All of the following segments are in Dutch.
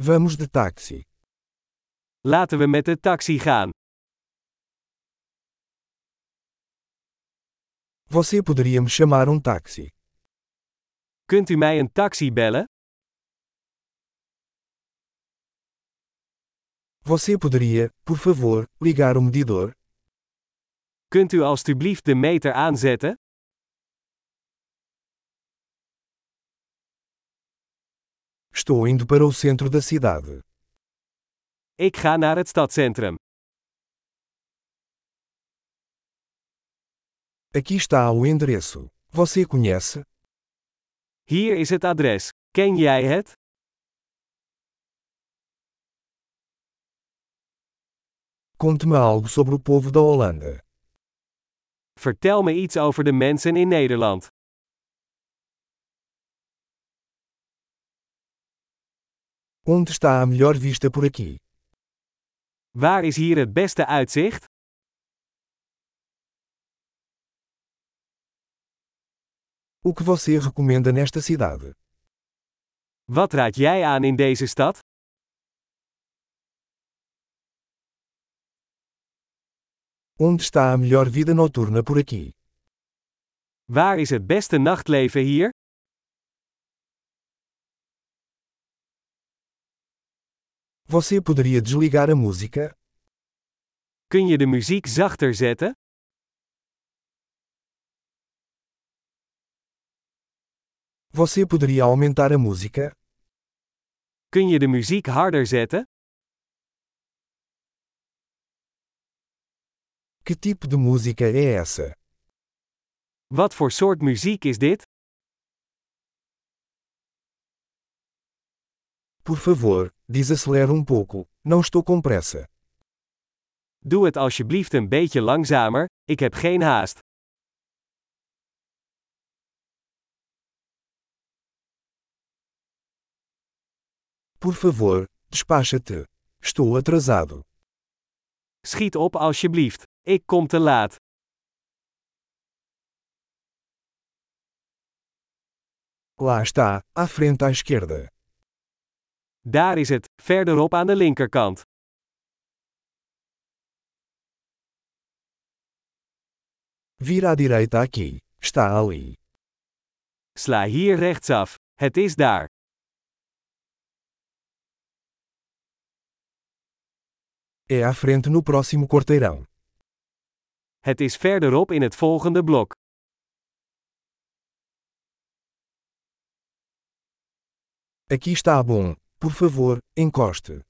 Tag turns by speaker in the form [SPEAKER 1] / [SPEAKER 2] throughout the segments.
[SPEAKER 1] Vamos de táxi.
[SPEAKER 2] Laten we met de taxi gaan.
[SPEAKER 1] Você poderia me chamar um táxi?
[SPEAKER 2] Kunt u mij een taxi bellen?
[SPEAKER 1] Você poderia, por favor, ligar o medidor?
[SPEAKER 2] Kunt u alstublieft de meter aanzetten?
[SPEAKER 1] Estou indo para o centro da cidade.
[SPEAKER 2] Ik ga naar het stadcentrum.
[SPEAKER 1] Aqui está o endereço. Você conhece?
[SPEAKER 2] Hier is het adres. Ken jij het?
[SPEAKER 1] Conte-me algo sobre o povo da Holanda.
[SPEAKER 2] Vertel me iets over de mensen in Nederland.
[SPEAKER 1] Onde está a melhor vista por aqui?
[SPEAKER 2] Waar is hier het beste uitzicht?
[SPEAKER 1] O que você recomenda nesta cidade?
[SPEAKER 2] Wat raad jij aan in deze stad?
[SPEAKER 1] Onde está a melhor vida noturna por aqui?
[SPEAKER 2] Waar is het beste nachtleven hier?
[SPEAKER 1] Você poderia desligar a música?
[SPEAKER 2] Kun je de muziek zachter zetten?
[SPEAKER 1] Você poderia aumentar a música?
[SPEAKER 2] Kun je de muziek harder zetten?
[SPEAKER 1] Que tipo de música é essa?
[SPEAKER 2] Wat voor soort muziek is dit?
[SPEAKER 1] Por favor, desacelere um pouco. Não estou com pressa.
[SPEAKER 2] Doe het alsjeblieft een beetje langzamer, ik heb geen haast.
[SPEAKER 1] Por favor, despacha-te. Estou atrasado.
[SPEAKER 2] Schiet op alsjeblieft, ik kom te laat.
[SPEAKER 1] Lá está, à frente à esquerda.
[SPEAKER 2] Daar is het, verderop aan de linkerkant.
[SPEAKER 1] Vira à direita aqui. Está ali.
[SPEAKER 2] Sla hier rechtsaf, het is daar.
[SPEAKER 1] É à frente no próximo corteirão.
[SPEAKER 2] Het is verderop in het volgende blok.
[SPEAKER 1] Aqui está bom. Por favor, encoste.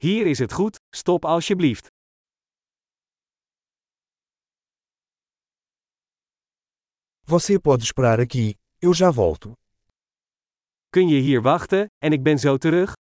[SPEAKER 2] Hier is het goed, stop alsjeblieft.
[SPEAKER 1] Você pode esperar aqui. Eu já volto.
[SPEAKER 2] Kun je hier wachten, en ik ben zo terug?